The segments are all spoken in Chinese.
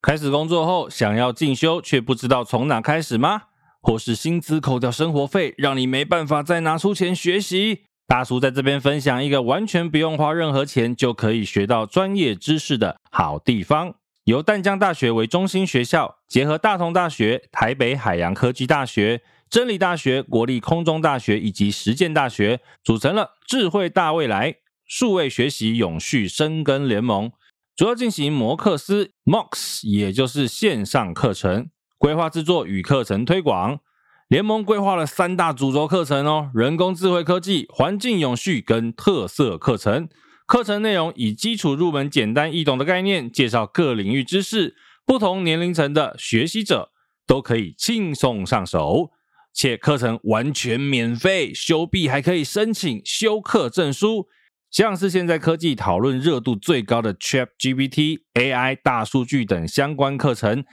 开始工作后想要进修，却不知道从哪开始吗？或是薪资扣掉生活费，让你没办法再拿出钱学习？大叔在这边分享一个完全不用花任何钱就可以学到专业知识的好地方。由淡江大学为中心学校，结合大同大学、台北海洋科技大学、真理大学、国立空中大学以及实践大学，组成了智慧大未来数位学习永续深耕联盟，主要进行摩克斯 （MOX） 也就是线上课程规划制作与课程推广。联盟规划了三大主轴课程哦：人工智慧科技、环境永续跟特色课程。课程内容以基础入门、简单易懂的概念，介绍各领域知识，不同年龄层的学习者都可以轻松上手。且课程完全免费，修毕还可以申请修课证书。像是现在科技讨论热度最高的 ChatGPT、AI、大数据等相关课程，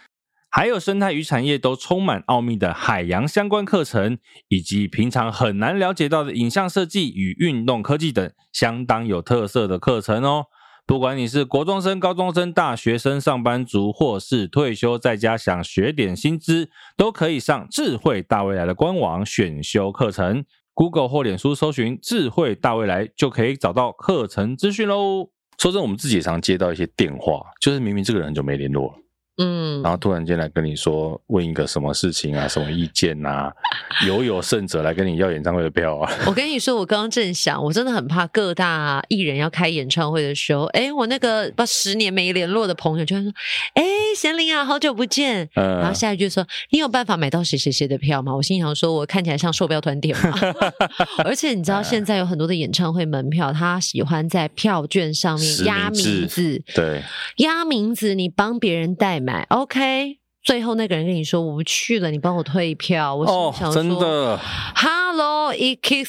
还有生态与产业都充满奥秘的海洋相关课程，以及平常很难了解到的影像设计与运动科技等相当有特色的课程哦。不管你是国中生、高中生、大学生、上班族，或是退休在家想学点薪资，都可以上智慧大未来的官网选修课程，Google 或脸书搜寻“智慧大未来”就可以找到课程资讯喽。说真的，我们自己也常接到一些电话，就是明明这个人很久没联络了，嗯然后突然间来跟你说问一个什么事情啊，什么意见啊，犹有甚者来跟你要演唱会的票啊。我跟你说，我刚刚正想，我真的很怕各大艺人要开演唱会的时候，哎，我那个把十年没联络的朋友就会说，哎，贤玲啊，好久不见。然嗯后，下一句说：“你有办法买到谁谁谁的票吗？”我心想说：“我看起来像售票团点吗？” 而且你知哎道，现在有很多的演唱会门票，他喜欢在票券上面实压名制名字，对，压名字，你帮别人代买，OK。最后那个人跟你说：“我不去了，你帮我退票。”我心里哦想，真说的， Hello, excuse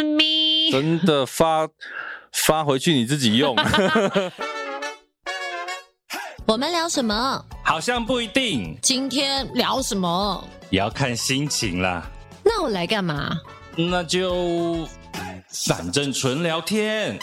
me。真的发发回去你自己用，我们聊什么？好像不一定，今天聊什么？也要看心情啦。那我来干嘛？那就反正纯聊天。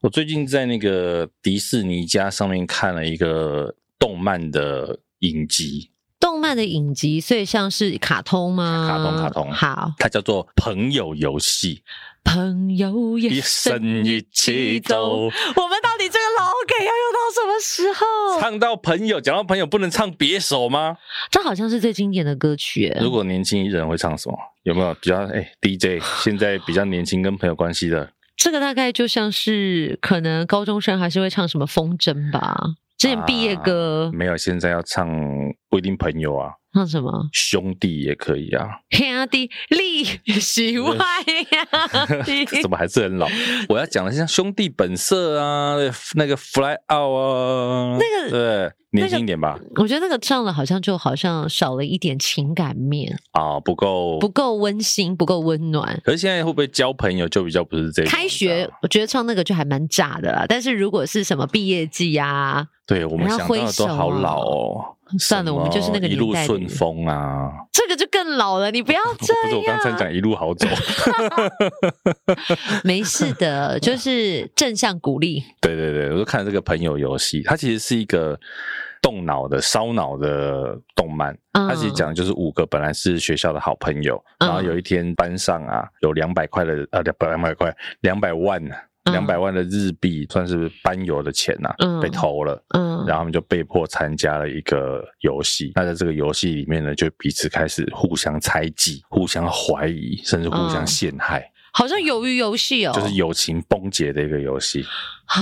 我最近在那个迪士尼家上面看了一个动漫的影集，动漫的影集，所以像是卡通吗？卡通卡通好，它叫做《朋友游戏朋友》，一也生一起走。我们到底这个老梗要用到什么时哦候？唱到朋友，讲到朋友，不能唱别首吗？这好像是最经典的歌曲耶。如果年轻人会唱什么？有没有比较哎、DJ 现在比较年轻跟朋友关系的？这个大概就像是可能高中生还是会唱什么风筝吧，之前毕业歌、没有，现在要唱不一定朋友啊，唱什么兄弟也可以 啊。 “天地利 喜外呀怎么还是很老？我要讲的是像兄弟本色啊，那个 Fly Out 啊，那个对年轻一点吧，”？我觉得那个唱了好像就好像少了一点情感面，啊不够不。够温馨，不够温暖。可是现在会不会交朋友就比较不是这种开你知学道吗，我觉得唱那个就还蛮炸的啦。但是如果是什么毕业季啊，对我们然后想到的挥手都啊好老哦。算了什么我们就是那个一路年代的人顺风啊，这个就更老了。你不要这样。不是我刚才讲一路好走，没事的， 就是正向鼓励。对对对，我就看这个朋友游戏，它其实是一个动脑的、烧脑的动漫。嗯它其实讲的就是五个本来是学校的好朋友，嗯然后有一天班上啊有两百块的呃两百两百块两百万啊嗯两百万的日币，算是班友的钱呐、啊嗯被偷了。嗯然后他们就被迫参加了一个游戏，那在这个游戏里面呢，就彼此开始互相猜忌、互相怀疑，甚至互相嗯陷害，好像鱿鱼游戏哦，就是友情崩解的一个游戏。好，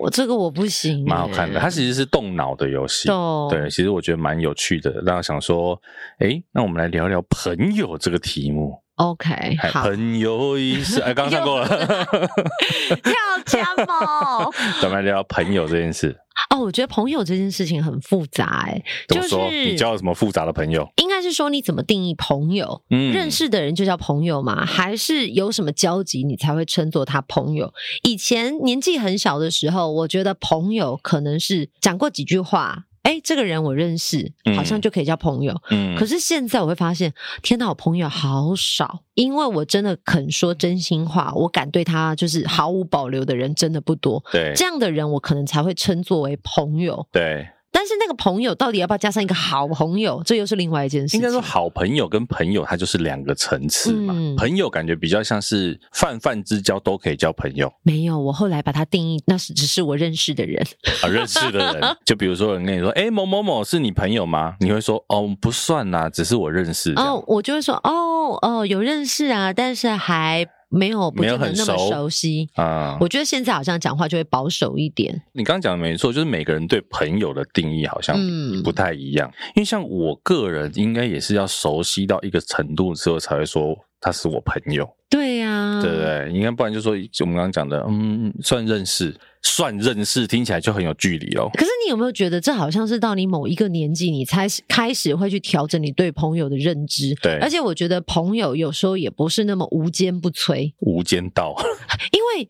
我这个我不行、嗯欸蛮好看的。嗯它其实是动脑的游戏，懂对，其实我觉得蛮有趣的。然后想说，诶，那我们来聊聊朋友这个题目。 OK 哎好，朋友一世，哎，刚刚唱过了，跳加猫 咱们来聊聊朋友这件 事。哦，我觉得朋友这件事情很复杂、哎，怎就么是说？你交了什么复杂的朋友？应该是说你怎么定义朋友？嗯认识的人就叫朋友吗？还是有什么交集你才会称作他朋友？以前年纪很小的时候，我觉得朋友可能是讲过几句话。哎，这个人我认识，好嗯像就可以交朋友。嗯，可是现在我会发现，天哪，我朋友好少，因为我真的肯说真心话，我敢对他就是毫无保留的人真的不多。对这样的人，我可能才会称作为朋友。对，但是那个朋友到底要不要加上一个好朋友，这又是另外一件事情。应该说好朋友跟朋友，它就是两个层次嘛。嗯朋友感觉比较像是泛泛之交都可以交朋友没有，我后来把它定义，那是只是我认识的人。啊，认识的 人，就比如说有人跟你说，哎、某某某是你朋友吗？你会说，哦，不算啦、只是我认识这样。哦，我就会说，哦哦，有认识啊，但是还没有不没有见得很那么熟熟悉。啊、我觉得现在好像讲话就会保守一点。你刚刚讲的没错，就是每个人对朋友的定义好像嗯不太一样。因为像我个人，应该也是要熟悉到一个程度之后才会说他是我朋友，对呀、啊，对不对？应该不然就说我们刚刚讲的，嗯，算认识，算认识，听起来就很有距离咯。可是你有没有觉得，这好像是到你某一个年纪，你才开始会去调整你对朋友的认知？对而且我觉得朋友有时候也不是那么无坚不摧，无间道， 因为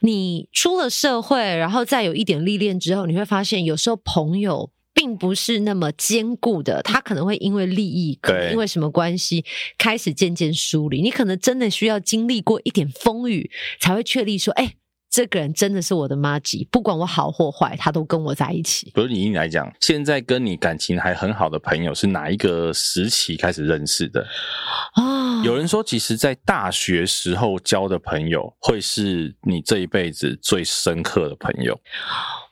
你出了社会，然后再有一点历练之后，你会发现，有时候朋友。并不是那么坚固的，他可能会因为利益，可能对因为什么关系开始渐渐疏离。你可能真的需要经历过一点风雨，才会确立说，哎、这个人真的是我的妈吉，不管我好或坏，他都跟我在一起。比如你来讲，现在跟你感情还很好的朋友是哪一个时期开始认识的？啊、有人说，其实，在大学时候交的朋友，会是你这一辈子最深刻的朋友。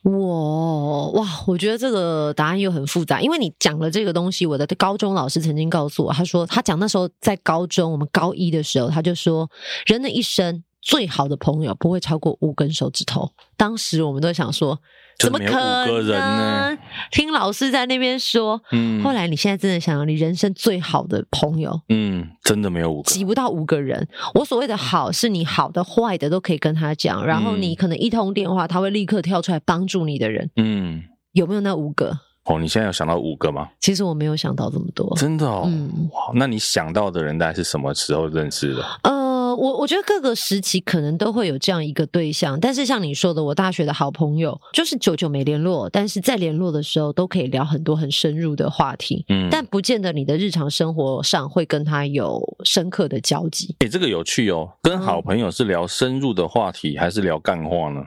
我哇，我觉得这个答案又很复杂，因为你讲了这个东西，我的高中老师曾经告诉我，他说他讲那时候在高中，我们高一的时候，他就说人的一生最好的朋友不会超过五根手指头。当时我们都想说，就怎么没可有五个人能呢？听老师在那边说，嗯后来你现在真的想，你人生最好的朋友嗯，真的没有五个。挤不到五个人。我所谓的好，是你好的、坏的都可以跟他讲，然后你嗯可能一通电话，他会立刻跳出来帮助你的人，嗯，有没有那五个？哦，你现在有想到五个吗？其实我没有想到这么多。真的哦，嗯哇，那你想到的人大概是什么时候认识的？呃，我我觉得各个时期可能都会有这样一个对象，但是像你说的，我大学的好朋友就是久久没联络，但是在联络的时候都可以聊很多很深入的话题，嗯，但不见得你的日常生活上会跟他有深刻的交集。哎、这个有趣哦，跟好朋友是聊深入的话题，还是聊干话呢？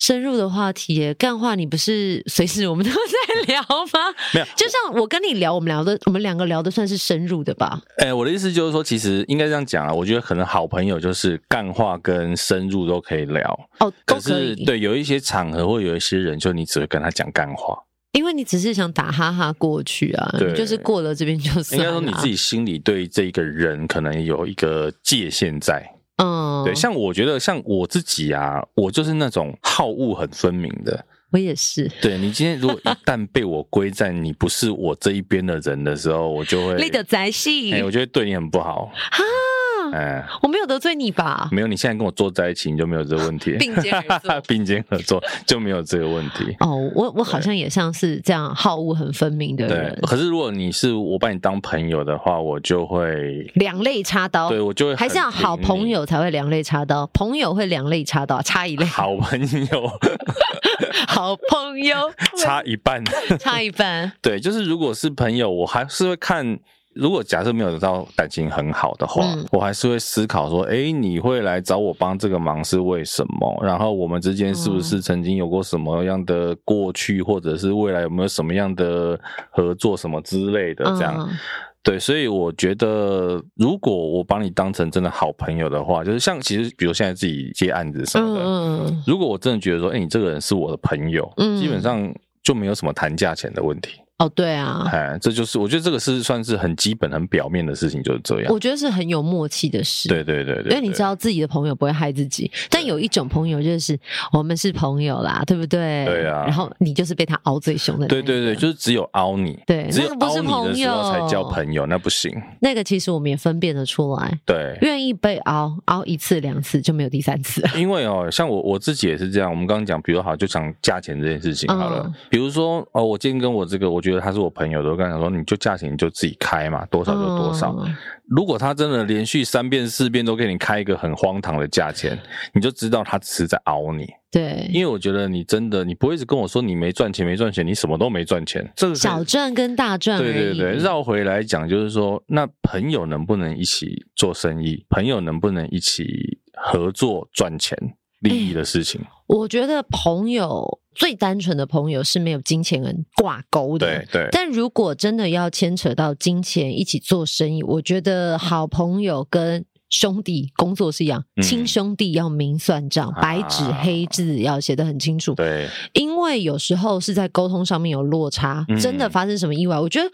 深入的话题耶，干话你不是随时我们都 在聊吗？没有就像我跟你聊，我们聊的，我们两个聊的算是深入的吧？哎、我的意思就是说，其实应该这样讲啊，我觉得可能好朋友就是干话跟深入都可以聊，哦，都可是以。对有一些场合或有一些人，就你只会跟他讲干话。因为你只是想打哈哈过去啊，对你就是啊过了这边就算应该了。说你自，己心里对这一个人可能有一个界限在。嗯，对，像我觉得像我自己啊，我就是那种好恶很分明的。我也是，对你今天如果一旦被我归在你不是我这一边的人的时候，我就会立的宅系哎、，我就会对你很不好。啊，哎，我没有得罪你吧？没有，你现在跟我坐在一起，你就没有这个问题。 并肩而 坐并肩合作就没有这个问题。哦，我我好像也像是这样好恶很分明的对人，，可是如果你是我把你当朋友的话，我就会，两肋插刀。对我就会哦还是要很挺好朋你友才会两肋插刀，朋友会两肋插刀，插一肋。 好朋 友好朋友差一半。插一半，对，就是如果是朋友，我还是会看。如果假设没有得到感情很好的话，嗯我还是会思考说，诶，你会来找我帮这个忙是为什么？然后我们之间是不嗯是曾经有过什么样的过去，或者是未来有没有什么样的合作什么之类的这样？嗯对，所以我觉得，如果我把你当成真的好朋友的话，就是像其实，比如现在自己接案子什么的，嗯嗯，如果我真的觉得说，哎、你这个人是我的朋友，嗯基本上就没有什么谈价钱的问题。哦，对啊，哎、这就是我觉得这个是算是很基本、很表面的事情，就是这样我。觉得是很有默契的事。对对对对因为你知，道自己的朋友不会害自己，但有一种朋友就是我们是朋友啦，对不对？对啊然后你就是被他熬最凶的那一个。对对对，就是只有凹你，对只有那个不凹是你的时候朋友才叫朋友，那不行。那个其实我们也分辨得出来，对，愿意被熬熬一次两次就没有第三次。因为哦，像我我自己也是这样。我们刚刚讲，比如好，就讲价钱这件事情好了。嗯比如说哦，我今天跟我这个我觉觉得他是我朋友的，我跟他讲说，你就价钱你就自己开嘛，多少就多少。嗯如果他真的连续三遍四遍都给你开一个很荒唐的价钱，你就知道他只是在熬你。对，因为我觉得你真的，你不会一直跟我说你没赚钱，没赚钱，你什么都没赚钱。这个可以小赚跟大赚而对已。对对，绕回来讲，就是说，那朋友能不能一起做生意？朋友能不能一起合作赚钱利益的事哎情？我觉得朋友最单纯的朋友是没有金钱跟挂钩的。对对，但如果真的要牵扯到金钱一起做生意，我觉得好朋友跟兄弟工作是一样，嗯亲兄弟要明算账，啊白纸黑字要写得很清楚。对，因为有时候是在沟通上面有落差，嗯真的发生什么意外，我觉得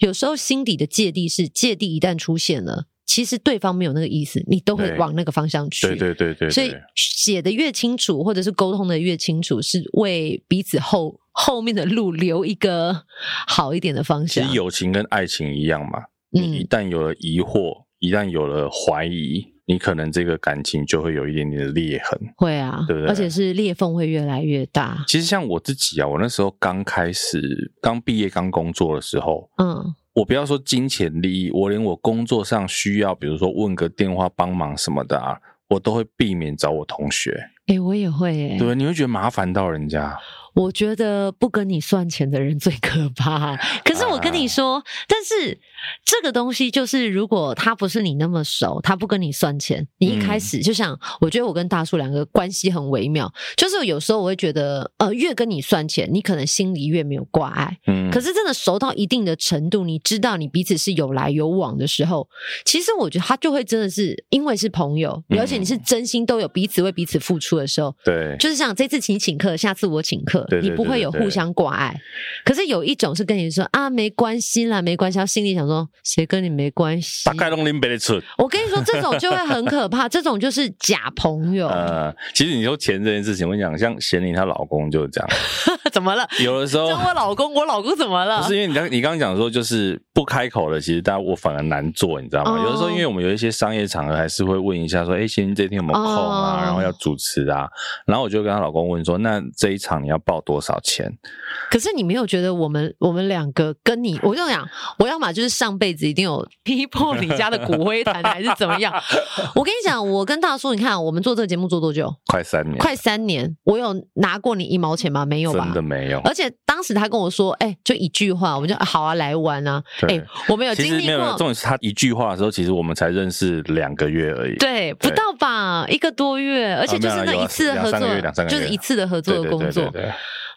有时候心底的芥蒂是芥蒂一旦出现了，其实对方没有那个意思，你都会对往那个方向去。对对对对所以对，写的越清楚，或者是沟通的越清楚，是为彼此后后面的路留一个好一点的方其向实。友情跟爱情一样嘛，你一嗯，旦有了疑惑，一旦有了怀疑，你可能这个感情就会有一点点的裂痕。会啊，对不对而且是裂缝会越来越大。其实像我自己啊，我那时候刚开始刚毕业刚工作的时候，嗯我不要说金钱利益，我连我工作上需要，比如说问个电话帮忙什么的啊，我都会避免找我同学。哎、我也会哎、对，你会觉得麻烦到人家。我觉得不跟你算钱的人最可 怕。可是我跟你说，但是这个东西就是，如果他不是你那么熟，他不跟你算钱，你一开始就像，我觉得我跟大叔两个关系很微妙，就是有时候我会觉得，呃，越跟你算钱，你可能心里越没有挂碍。嗯，可是是真的熟到一定的程度，你知道你彼此是有来有往的时候，其实我觉得他就会真的是因为是朋友，嗯而且你是真心都有彼此为彼此付出的时候，对，就是想这次你请客，下次我请客，对对你不会有互相挂碍。可是有一种是跟你说啊，没关系啦，没关系，他心里想说谁跟你没关系大。概弄林北的出。我跟你说，这种就会很可 怕，这种就是假朋友。呃，其实你说钱这件事情，我跟你讲，像贤玲她老公就是这样， 怎么了？有的时 候讲我老公，我老公怎么了不？是因为你刚你刚刚讲说就是不开口的，其实大家我反而难做，你知道吗？哦有的时候因为我们有一些商业场合，还是会问一下说，哎、先生这天有没有空啊？哦然后要主持啊，然后我就跟她老公问说，那这一场你要报多少钱？可是你没有觉得我们我们两个跟你，我就想，我要么就是上辈子一定有劈破你家的骨灰坛，还是怎 么样？我跟你讲，我跟大叔，你看我们做这个节目做多久？快三年，快三年，我有拿过你一毛钱吗？没有吧？呃真的没有。而且当时他跟我说，哎、就一句话，我们就啊好啊，来玩啊。哎、对，我们有其经实历没有，没有重过，点是他一句话的时候，其实我们才认识两个月而已。对，不到吧，一个多月，而且就是那一次的合啊没有啦有啊两三个月作两三，个就月是一次的合对，作的对工对对作。对对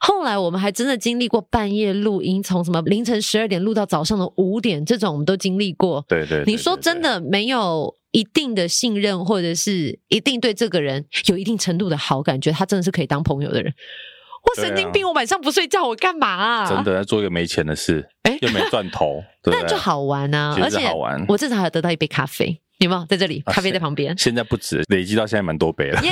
后来我们还真的经历过半夜录音，从什么凌晨十二点录到早上的五点，这种我们都经历过。对对。对你说真？的没有一定的信任，或者是一定对这个人有一定程度的好感，觉得他真的是可以当朋友的人。我对啊神经病，我晚上不睡觉，我干嘛啊？对对真的要做一个没钱的事，哎又没赚 头，对不对那就好玩啊！其而实是且好玩我至少还有得到一杯咖啡，有没有？在这里，啊咖啡在 旁边，现在不止，累积到现在蛮多杯了。耶！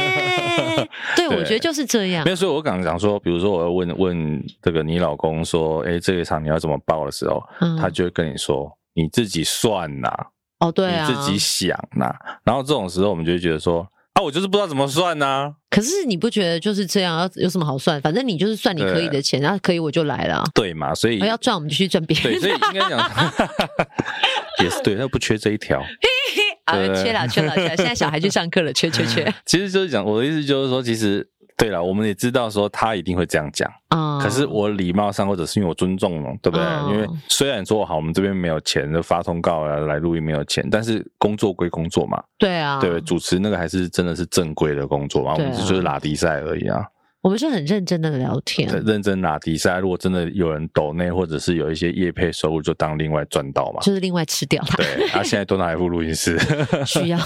对对，我觉得就是这样 没。有，所以我刚讲说，比如说我要问问这个你老公说，哎，这一场你要怎么报的时候，嗯他就会跟你说。你自己算呐、哦，对啊你，自己想呐、然后这种时候我们就会觉得说，啊，我就是不知道怎么算呐、可是你不觉得就是这样？要有什么好算？反正你就是算你可以的钱，然后可以我就来了。对嘛？所以哦我要赚，我们就去赚别对，人所以应 该讲 也是对，他不缺这一条。啊对，缺啦缺啦 缺啦！现在小孩去上课了，缺缺缺其实就是讲我的意思就是说，其实对了，我们也知道说他一定会这样讲，啊！可是我礼貌上或者是因为我尊重了，对不对？嗯因为虽然说好，我们这边没有钱，就发通告啊来录音没有钱，但是工作归工作嘛，对啊，对，主持那个还是真的是正规的工作嘛，我对啊们就是拉迪赛而已啊，我们是很认真的聊天。对认真拉迪赛。如果真的有人抖内或者是有一些业配收入，就当另外赚到嘛。就是另外吃掉 它，对，啊，现在都拿来付录音室。需要，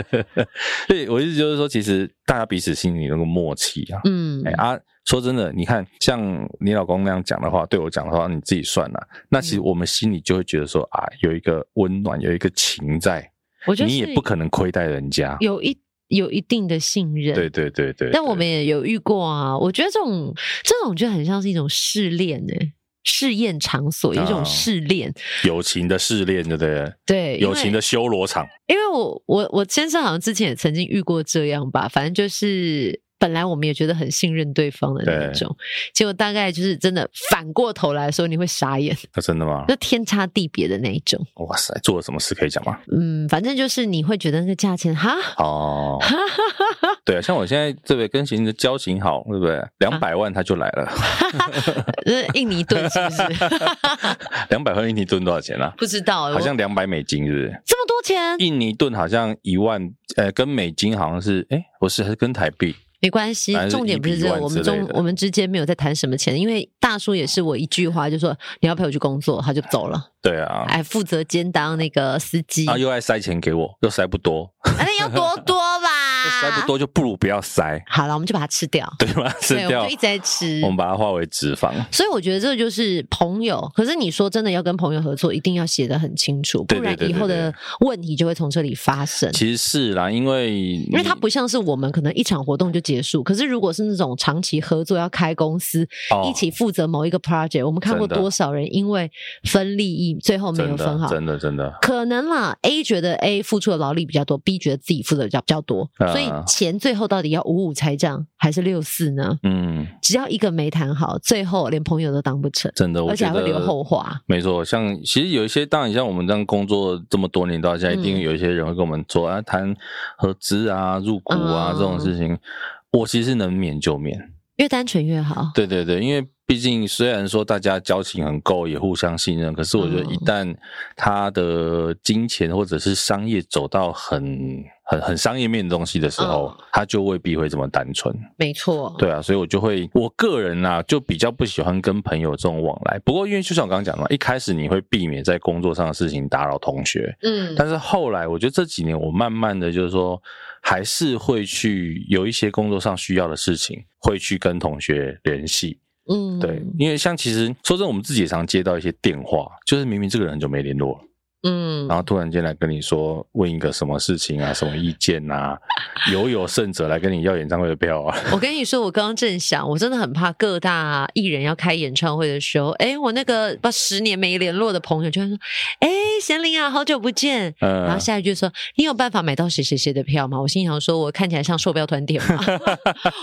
对，我意思就是说，其实大家彼此心里有个默契啊。嗯哎、，啊，说真的，你看像你老公那样讲的话，对我讲的话，你自己算了、那嗯其实我们心里就会觉得说啊，有一个温暖，有一个情在，我觉得你也是不可能亏待人家。有一有一定的信任，对对对对，但我们也有遇过啊。我觉得这种这种就很像是一种试炼呢、试验场所有一啊种试炼，对友情的试炼，对不对？对，因友为情的修罗场，因为我我我先生好像之前也曾经遇过这样吧，反正就是本来我们也觉得很信任对方的那对种，结果大概就是真的反过头来说，你会傻眼，那啊真的吗？就天差地别的那一种。哇塞，做了什么事可以讲吗？嗯，反正就是你会觉得那个价钱哈， 哦，对啊，像我现在这位跟行的交情好，对不对？啊两百万他就来了，呃印尼盾是不是？ 两百万印尼盾多少钱啊？不知道，好像我两百美金，是不是？这么多钱 印尼盾好像一万，呃，跟美金好像是，哎，不是，还是跟台币？没关系反，正是重点不是这1比1个，我们之类中的我们之间没有在谈什么钱，因为大叔也是我一句话就说你要陪我去工作，他就走了，对啊，哎，负责兼当那个司机，啊，哎，又爱塞钱给我，又塞不多，要多多又吧， 塞不。多就不如不要塞，好了，我们就把它吃掉，对吧？吃对，我掉们就一，直在吃我。们把它化为脂肪。所以我觉得这就是朋友。可是你说真的要跟朋友合作，一定要写得很清楚，对不然对对以对后对的问题就会从这里发生。其实是啦，因为因因为它不像是我们可能一场活动就结束，可是如果是那种长期合作要开公司，一起负责某一个 project，我们看过哦真的多少人因为分利益最后没真有的分好。真的真的，可能啦，A 觉得 A 付出的劳力比较多，B 觉得自己付的比较比较多，啊所以钱最后到底要五五拆账还是六四呢？嗯，只要一个没谈好，最后连朋友都当不成，真的，我而且觉还会得留后话。没错，像其实有一些，当然像我们这样工作这么多年到现在，嗯一定有一些人会跟我们说啊，谈合资啊、入股啊、嗯这种事情，我其实能免就免。越单纯越好。对对对，因为毕竟虽然说大家交情很够，也互相信任，可是我觉得嗯一旦他的金钱或者是商业走到很很很商业面的东西的时候，嗯他就未必会这么单纯。没错，对啊，所以我就会，我个人啊，就比较不喜欢跟朋友这种往来。不过，因为就像我刚刚讲的嘛，一开始你会避免在工作上的事情打扰同学，嗯，但是后来我觉得这几年我慢慢的就是说，还是会去有一些工作上需要的事情，会去跟同学联系。嗯，对，因为像其实说真的，我们自己也常接到一些电话，就是明明这个人很久没联络了，嗯然，后突然间来跟你说问一个什么事情啊，什么意见 啊，有有甚者来跟你要演唱会的票啊。我跟你说，我刚刚正想，我真的很怕各大艺人要开演唱会的时候，哎，我那个把十年没联络的朋友就会说，哎，贤玲啊，好久不见。嗯，然后下一句说：“你有办法买到谁谁谁的票吗？”我心想说：“我看起来像售票端点 吗？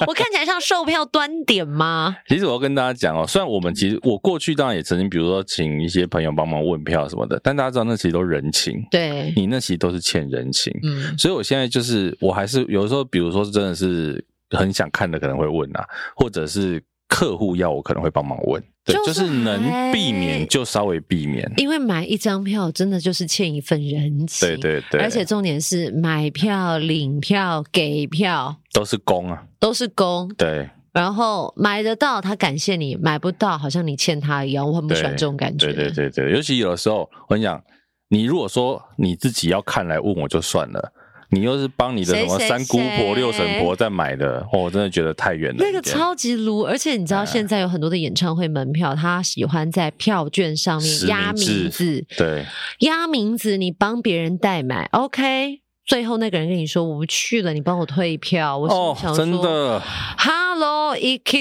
我看起来像售票端点吗其实我要跟大家讲哦，虽然我们其实我过去当然也曾经，比如说请一些朋友帮忙问票什么的，但大家知道那其实都人情？”，对，你那其实都是欠人情。嗯，所以我现在就是，我还是有时候，比如说真的是很想看的，可能会问啊，或者是客户要我可能会帮忙问，对，就就是是能避还免就稍微避免。因为买一张票真的就是欠一份人情，对对对，而且重点是买票、领票、给票都是公啊，都是公，对然后买得到他感谢你，买不到好像你欠他一样，我很不喜欢对这种感觉。对对对对，尤其有的时候，我跟你讲，你如果说你自己要看来问我就算了。你又是帮你的什么谁谁三姑谁婆、六婶婆在买的，哦，我真的觉得太远了那一点。个超级撸，而且你知道现在有很多的演唱会门票，他喜欢在票券上面实压名制名字，对，压名字，你帮别人代买，OK。最后那个人跟你说我不去了，你帮我退票。我心里哦想，说、真的，Hello,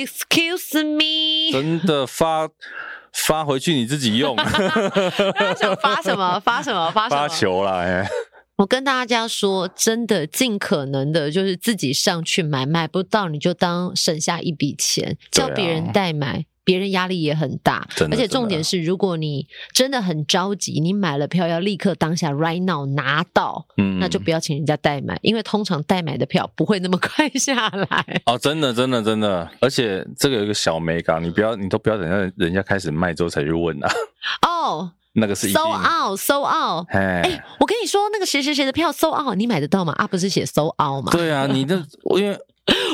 excuse me，真的发发回去你自己 用，他想发什么发什么发什发么球啦， 哎，我跟大家说，真的，尽可能的，就是自己上去买，买不到你就当省下一笔钱，对叫啊别人代买。别人压力也很大，真而的且重点是，如果你真的很着急，你买了票要立刻当下 right now 拿到，嗯那就不要请人家代买，因为通常代买的票不会那么 快下来。哦，真的，真的，真的，而且这个有一个小美感，你不要，你都不要等到人家开始卖之后才去问啊， 哦、那个是 s 一 o 定， out, so out。哎、哎，我跟你说，那个谁谁谁的票 so out，你买得到吗？啊，不是写 so out 吗？对啊，你那因为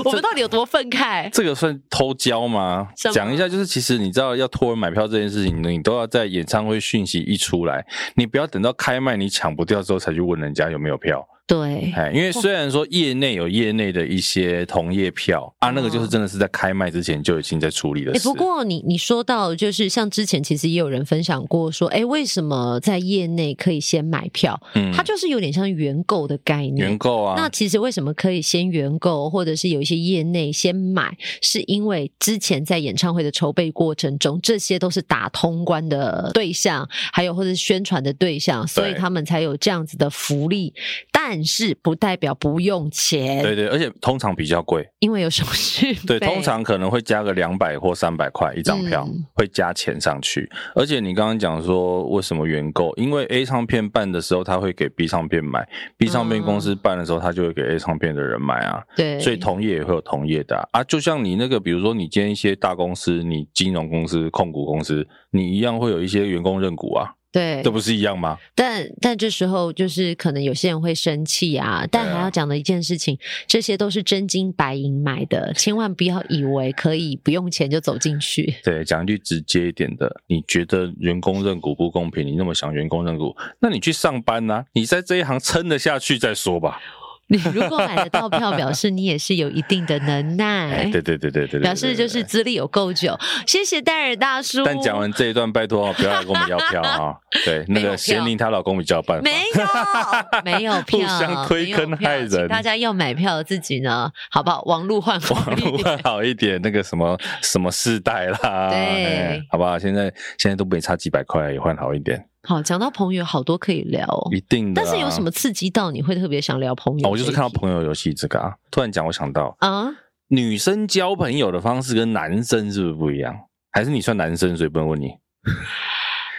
我们到底有多愤慨？这个算偷交吗什么？讲一下，就是其实你知道要托人买票这件事情，你都要在演唱会讯息一出来，你不要等到开卖你抢不掉之后才去问人家有没有票。对，哎，因为虽然说业内有业内的一些同业票啊，那个就是真的是在开卖之前就已经在处理的诶事。哎不过你你说到就是像之前其实也有人分享过说，哎，为什么在业内可以先买票？嗯它就是有点像原购的概原念。购啊，那其实为什么可以先原购，或者是有一些业内先买，是因为之前在演唱会的筹备过程中，这些都是打通关的对象，还有或者是宣传的对象，所以对他们才有这样子的福利。但但是不代表不用钱，对对，而且通常比较贵，因为有手续费。对，通常可能会加个两百或三百块一张票，嗯会加钱上去。而且你刚刚讲说为什么原购，因为 A 唱片办的时候他会给 B 唱片买，B 嗯唱片公司办的时候他就会给 A 唱片的人买啊，对，所以同业也会有同业的啊啊就像你那个，比如说你今天一些大公司，你金融公司、控股公司，你一样会有一些员工认股啊，对这，不是一样吗？但但这时候就是可能有些人会生气啊，但对啊还要讲的一件事情，这些都是真金白银买的，千万不要以为可以不用钱就走进去。 对，讲一句直接一点的，你觉得员工认股不公平，你那么想员工认股，那你去上班呐、你在这一行撑得下去再说吧。你如果买得到票，表示你也是有一定的能哎，耐，对对对对对对，表示就是对。对对资历有够久。谢谢戴尔大叔。但讲完这一段，拜托哦不要来跟我们要票啊！对，那 没有票个贤玲她老公比较有办法。没有，没有票，互相推坑没有票害人请大家要买票的自己呢，好不好？网路换网网络会好一点，那个什么什么世代啦，对哎好不好？现在现在都没差几百块，也换好一点，好，讲到朋友，好多可以聊哦。一定的但啊。是有什么刺激到你会特别想聊朋友这一题？哦？我就是看到朋友游戏这个啊，突然讲，我想到啊，女生交朋友的方式跟男生是不是不一样？还是你算男生，所以不能问你？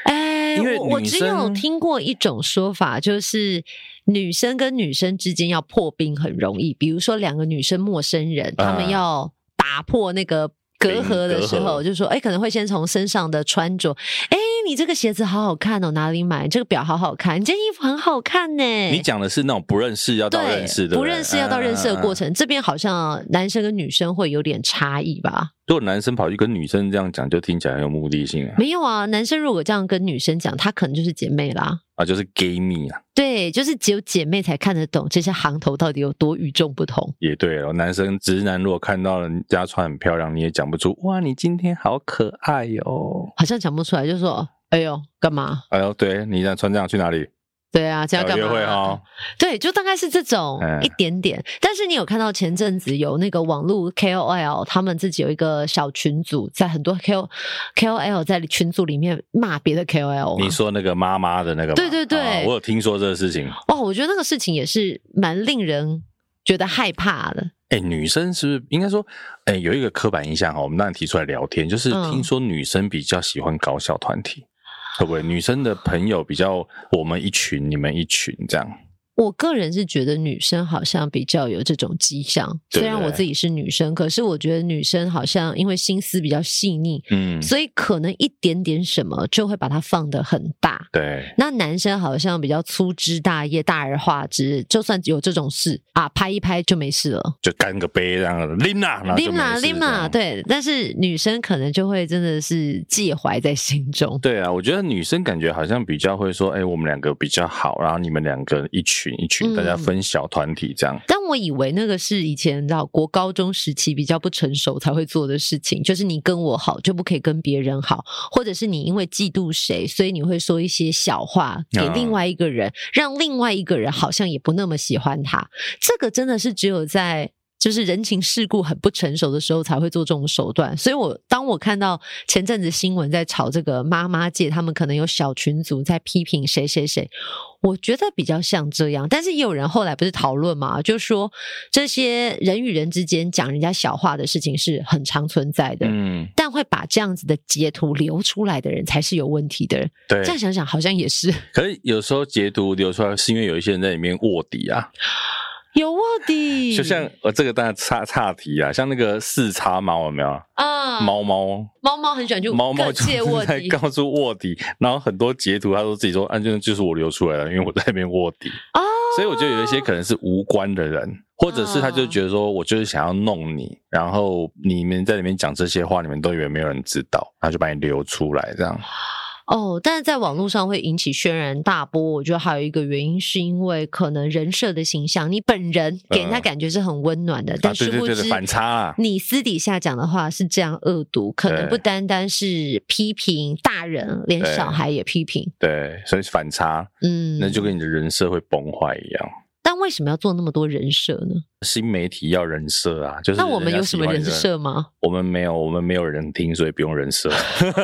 哎，因为我我女只有生听过一种说法，就是女生跟女生之间要破冰很容易，比如说两个女生陌生人，她们啊要打破那个。隔冰阂的隔时候，阂就说，哎、可能会先从身上的穿着，哎、你这个鞋子好好看哦，哪里买？这个表好好看，你这件衣服很好看呢。你讲的是那种不认识要到对认识的，哎不认识要到认识的过程。嗯嗯嗯程，这边好像男生跟女生会有点差异吧？啊如果男生跑去跟女生这样讲，就听起来很有目的性啊，没有啊，男生如果这样跟女生讲，她可能就是姐妹啦。啊，就是 gay 蜜啊，对，就是只有姐妹才看得懂这些行头到底有多与众不同。也对了。男生直男如果看到人家穿很漂亮，你也讲不出哇，你今天好可爱哟、好像讲不出来，就说：“哎呦，干嘛哎呦，对你想穿这样去哪里？？”对啊，这样干嘛？约会哦，对，就大概是这种嗯一点点。但是你有看到前阵子有那个网络 KOL，他们自己有一个小群组，在很多 K O KOL 在群组里面骂别的 KOL 吗你？说那个妈妈的那个吗，对对对哦我有听说这个事情。哇，哦我觉得那个事情也是蛮令人觉得害怕的。哎、女生是不是应该说，哎、有一个刻板印象哈，哦我们当然提出来聊天，就是嗯听说女生比较喜欢搞小团体，会不会？女生的朋友比较，我们一群，你们一群这样。我个人是觉得女生好像比较有这种迹象，对虽然我自己是女生，可是我觉得女生好像因为心思比较细腻，嗯，所以可能一点点什么就会把它放得很大。对，那男生好像比较粗枝大叶、大而化之，就算有这种事啊，拍一拍就没事了。就干个杯这样的，拎啦，然后啊就 lim 啦没事 lim 这啦，样对。但是女生可能就会真的是介怀在心中，对啊，我觉得女生感觉好像比较会说，哎、我们两个比较好，然后你们两个一群一群，嗯大家分小团体这样。但我以为那个是以前你知道国高中时期比较不成熟才会做的事情，就是你跟我好就不可以跟别人好，或者是你因为嫉妒谁，所以你会说一些小话给另外一个人，让另外一个人好像也不那么喜欢他。这个真的是只有在。就是人情世故很不成熟的时候才会做这种手段，所以我当我看到前阵子新闻在炒这个妈妈界，他们可能有小群组在批评谁谁谁，我觉得比较像这样，但是也有人后来不是讨论嘛，就说这些人与人之间讲人家小话的事情是很常存在的，嗯，但会把这样子的截图流出来的人才是有问题的人。对这。样想想好像也是 可是有时候截图流出来，是因为有一些人在里面卧底啊，有卧底，就像呃，这个当然差差题啊，像那个四叉猫有没有？啊、猫猫猫猫很喜欢去猫猫各就界是卧在底告诉卧底，然后很多截图，他说自己说，啊，就就是我流出来了，因为我在那边卧底。哦，所以我觉得有一些可能是无关的人，或者是他就觉得说我就是想要弄你，然后你们在里面讲这些话，你们都以为没有人知道，然后就把你流出来这样。哦，但是在网络上会引起轩然大波，我觉得还有一个原因是因为可能人设的形象，你本人给人家嗯感觉是很温暖的，啊但对殊对不对对知反差啊你私底下讲的话是这样恶毒，可能对不单单是批评大人，连对小孩也批评，对，所以反差，嗯，那就跟你的人设会崩坏一样。但为什么要做那么多人设呢？新媒体要人设啊，就是那我们人家有喜什欢么人的？设吗？我们没有，我们没有人听，所以不用人 设。因为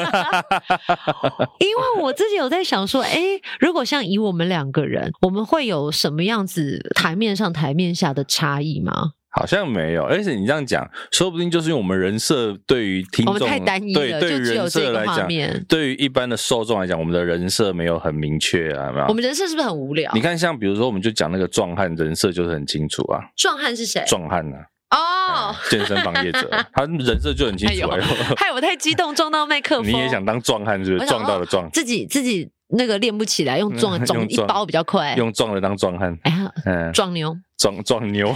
我自己有在想说，诶，如果像以我们两个人，我们会有什么样子台面上台面下的差异吗？好像没有，而且你这样讲，说不定就是因为我们人设对于听我众们太单一对了，对于就只有人这设个来画讲，面。对于一般的受众来讲，我们的人设没有很明确啊。有没有我们人哦设是不是很无聊你？看，像比如说，我们就讲那个壮汉人设就是很清楚啊，壮汉是谁？壮汉啊， 哦，健身房业 者，他人设就很清哎楚、呦哎呦害我太激动撞到麦克风。 你也想当壮汉是不我是？想哦撞到了撞，自己自己那个练不起来，用撞 嗯总用一撞包比较快。用壮的当壮汉，哎呀，嗯，壮牛！壮壮妞已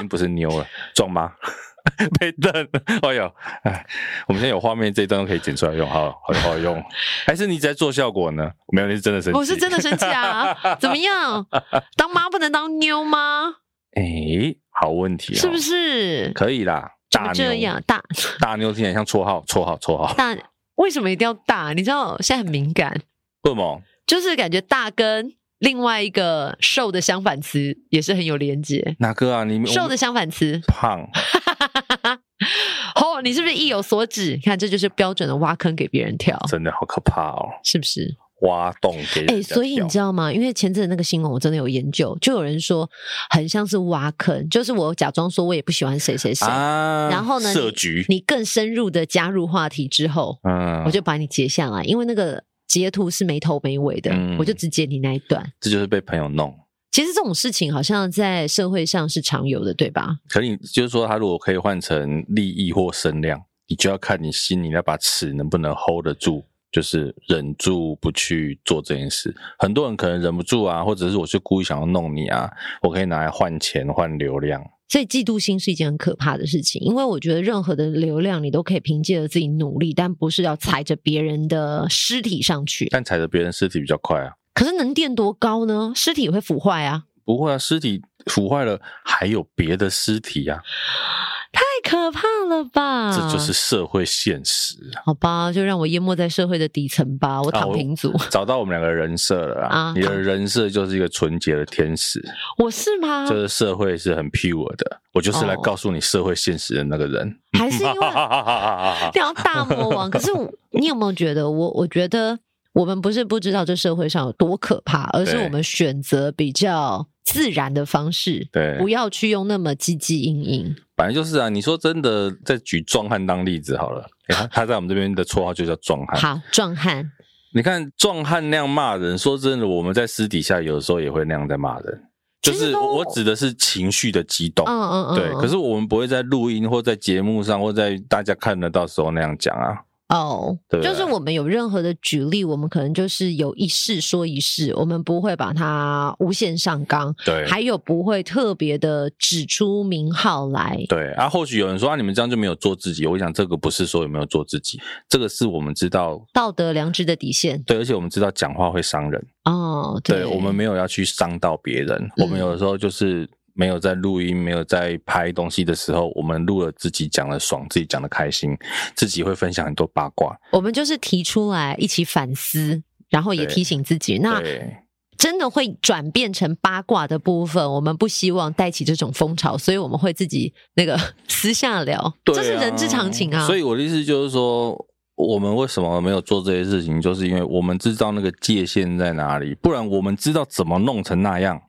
经不是妞了，壮妈 被瞪了。哎呦，哎，我们现在有画面，这一段都可以剪出来用，好好好用。还是你在做效果呢？没有，你是真的生气。我是真的生气啊！ 怎么样？当妈不能当妞吗？哎、好问题、哦，是不？是？可以啦，怎大么妞这样？大大妞听起来像绰号，绰号，绰号。大为什么一定要大？你知道现在很敏感，为什么？就是感觉大跟另外一个瘦的相反词也是很有连接。哪个啊？你瘦的相反词，胖，哦，你是不是意有所指？你看，这就是标准的挖坑给别人跳，真的好可怕哦！是不是？挖洞给哎、人家所以你跳知道吗？因为前阵子那个新闻，我真的有研究，就有人说很像是挖坑，就是我假装说我也不喜欢谁谁谁，啊？然后呢，设局，你你更深入的加入话题之后，嗯，我就把你截下来，因为那个截图是没头没尾的，嗯我就只截你那一段。这就是被朋友弄。其实这种事情好像在社会上是常有的，对吧？可你就是说，他如果可以换成利益或声量，你就要看你心里那把尺能不能 hold 得住，就是忍住不去做这件事。很多人可能忍不住啊，或者是我是故意想要弄你啊，我可以拿来换钱换流量。所以嫉妒心是一件很可怕的事情，因为我觉得任何的流量你都可以凭借着自己努力，但不是要踩着别人的尸体上去。但踩着别人尸体比较快啊，可是能垫多高呢？尸体也会腐坏啊，不会啊，尸体腐坏了还有别的尸体啊，太可怕了吧！这就是社会现实啊。好吧，就让我淹没在社会的底层吧，我啊躺我 平族。找到我们两个人设了啊啦，你的人设就是一个纯洁的天使。我是吗？就是社会是很 pure 的，我就是来嗯哦告诉你社会现实的那个人。还是 因为为聊大魔王。可是我你有没有觉得我？我觉得我们不是不知道这社会上有多可怕，而是对我们选择比较自然的方式，对不要去用那么积极阴阴。反正就是啊，你说真的，再举壮汉当例子好了。诶他他在我们这边的绰号就叫壮汉。好，壮汉，你看壮汉那样骂人，说真的，我们在私底下有的时候也会那样在骂人，就其实是都我指的是情绪的激动。嗯嗯嗯，哦对，可是我们不会在录音或在节目上或在大家看得到时候那样讲啊。哦，对就是我们有任何的举例，我们可能就是有一事说一事，我们不会把它无限上纲，对，还有不会特别的指出名号来。对啊，或许有人说啊，你们这样就没有做自己。我想这个不是说有没有做自己，这个是我们知道，道德良知的底线对，而且我们知道讲话会伤人，哦，对我们没有要去伤到别人。我嗯们有的时候就是没有在录音、没有在拍东西的时候，我们录了自己讲的爽，自己讲的开心，自己会分享很多八卦。我们就是提出来一起反思，然后也对提醒自己。那对真的会转变成八卦的部分，我们不希望带起这种风潮，所以我们会自己那个 私下聊，对啊、这是人之常情啊。所以我的意思就是说。我们为什么没有做这些事情？就是因为我们知道那个界限在哪里，不然我们知道怎么弄成那样。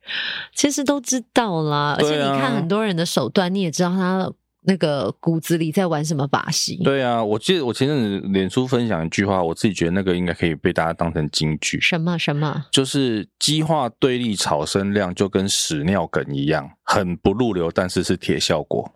其实都知道啦，而且对啊你看很多人的手段，你也知道他那个骨子里在玩什么把戏。对啊，我记得我前阵子脸书分享一句话，我自己觉得那个应该可以被大家当成金句，什么什么？就是激化对立吵声量就跟屎尿梗一样，很不入流，但是是铁效果，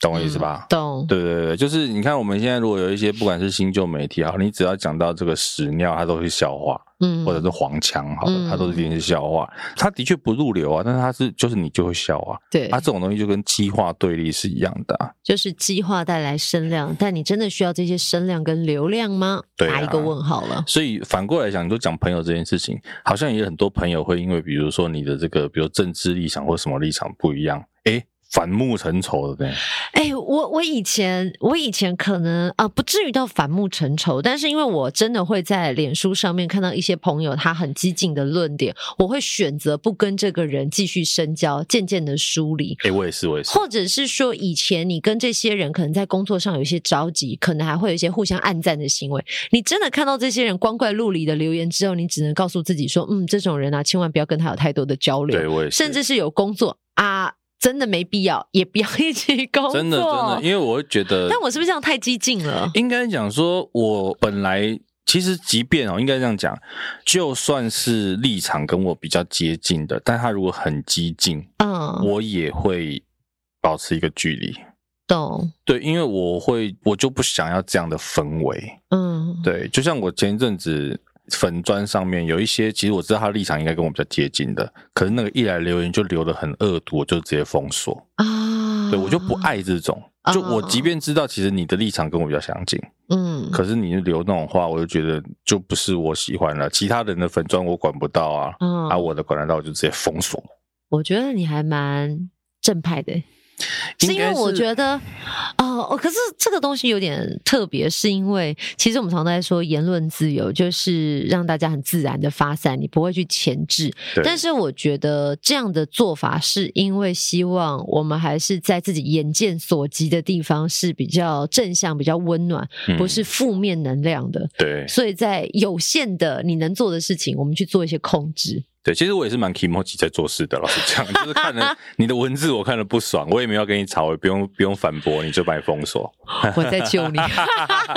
懂我意思吧？懂？对对对，就是你看我们现在如果有一些不管是新旧媒体啊，你只要讲到这个屎尿，它都是笑话，嗯或者是黄腔，好嗯了，它都是一定是笑话，它的确不入流啊，但是它是就是你就会笑啊，对，它、这种东西就跟激化对立是一样的、啊。就是激化带来声量，但你真的需要这些声量跟流量吗？对啊打一个问号了。所以反过来讲，你都讲朋友这件事情，好像也有很多朋友会因为，比如说你的这个，比如政治立场或什么立场不一样，诶，反目成仇的呢？哎、我我以前我以前可能啊、呃不至于到反目成仇，但是因为我真的会在脸书上面看到一些朋友他很激进的论点，我会选择不跟这个人继续深交，渐渐的疏离。哎、我也是，我也是。或者是说，以前你跟这些人可能在工作上有一些着急，可能还会有一些互相暗赞的行为。你真的看到这些人光怪陆离的留言之后，你只能告诉自己说，嗯，这种人啊，千万不要跟他有太多的交流对，，我也是。甚至是有工作啊，真的没必要，也不要一起工 作。真的真的，因为我会觉得，但我是不是这样太激进了？应该讲说，我本来其实即便哦，应该这样讲，就算是立场跟我比较接近的，但他如果很激进，嗯，我也会保持一个距离。懂，对，因为我会，我就不想要这样的氛围。嗯，对，就像我前一阵子粉砖上面有一些，其实我知道他立场应该跟我比较接近的，可是那个一来留言就留的很恶毒，我就直接封锁。啊，对我就不，爱这种，就我即便知道其实你的立场跟我比较相近，嗯，可是你留那种话，我就觉得就不是我喜欢了。其他人的粉砖我管不到啊，嗯，啊，我的管得到我就直接封锁。我觉得你还蛮正派的，是因为我得，觉得，哦、哦，可是这个东西有点特别，是因为其实我们常在说言论自由，就是让大家很自然的发散，你不会去钳制。对但是我觉得这样的做法，是因为希望我们还是在自己眼见所及的地方是比较正向、比较温暖，嗯不是负面能量的。对所以在有限的你能做的事情，我们去做一些控制。对，其实我也是蛮 i m o j i 在做事的，老实讲，就是看 了你的文字我看了不爽，我也没有跟你吵，也不用不用反驳，你就把你封锁。我在 救你，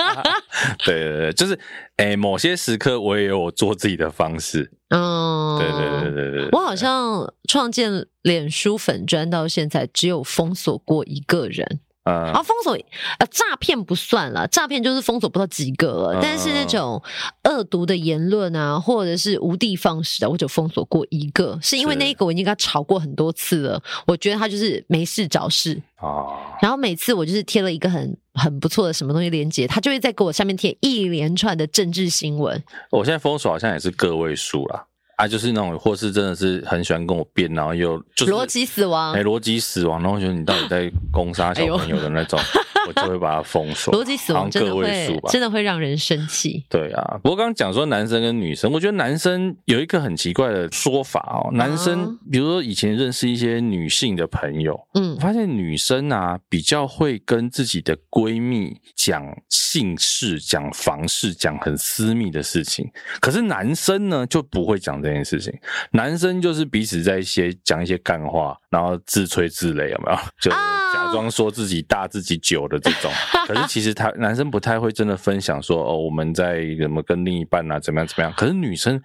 对对对，就是哎、某些时刻我也有我做自己的方式。嗯，对对对对对，我好像创建脸书粉砖到现在，只有封锁过一个人，嗯啊，封锁呃诈骗不算了，诈骗就是封锁不到几个了嗯但是那种恶毒的言论啊，或者是无的放矢的，我只有封锁过一个，是因为是那一个我已经跟他吵过很多次了，我觉得他就是没事找事，啊，然后每次我就是贴了一个很很不错的什么东西链接，他就会再给我下面贴一连串的政治新闻，我现在封锁好像也是个位数啦，啊，就是那种或是真的是很喜欢跟我辩，然后又就是逻辑死亡哎，逻辑死亡，然后觉得你到底在攻杀小朋友的那种，我就会把它封锁。哎 逻辑死好亡像真个的位数会吧真的会让人生气。对啊，不过刚刚讲说男生跟女生，我觉得男生有一个很奇怪的说法哦。男啊生，比如说以前认识一些女性的朋友，嗯我，发现女生啊比较会跟自己的闺蜜讲姓氏、讲房事、讲很私密的事情，可是男生呢就不会讲这件事情。男生就是彼此在一些讲一些干话，然后自吹自擂，有没 有？就是啊假装说自己大自己久的这种。可是其实他男生不太会真的分享说哦，我们在怎么跟另一半啊，怎么样怎么样。可是女生，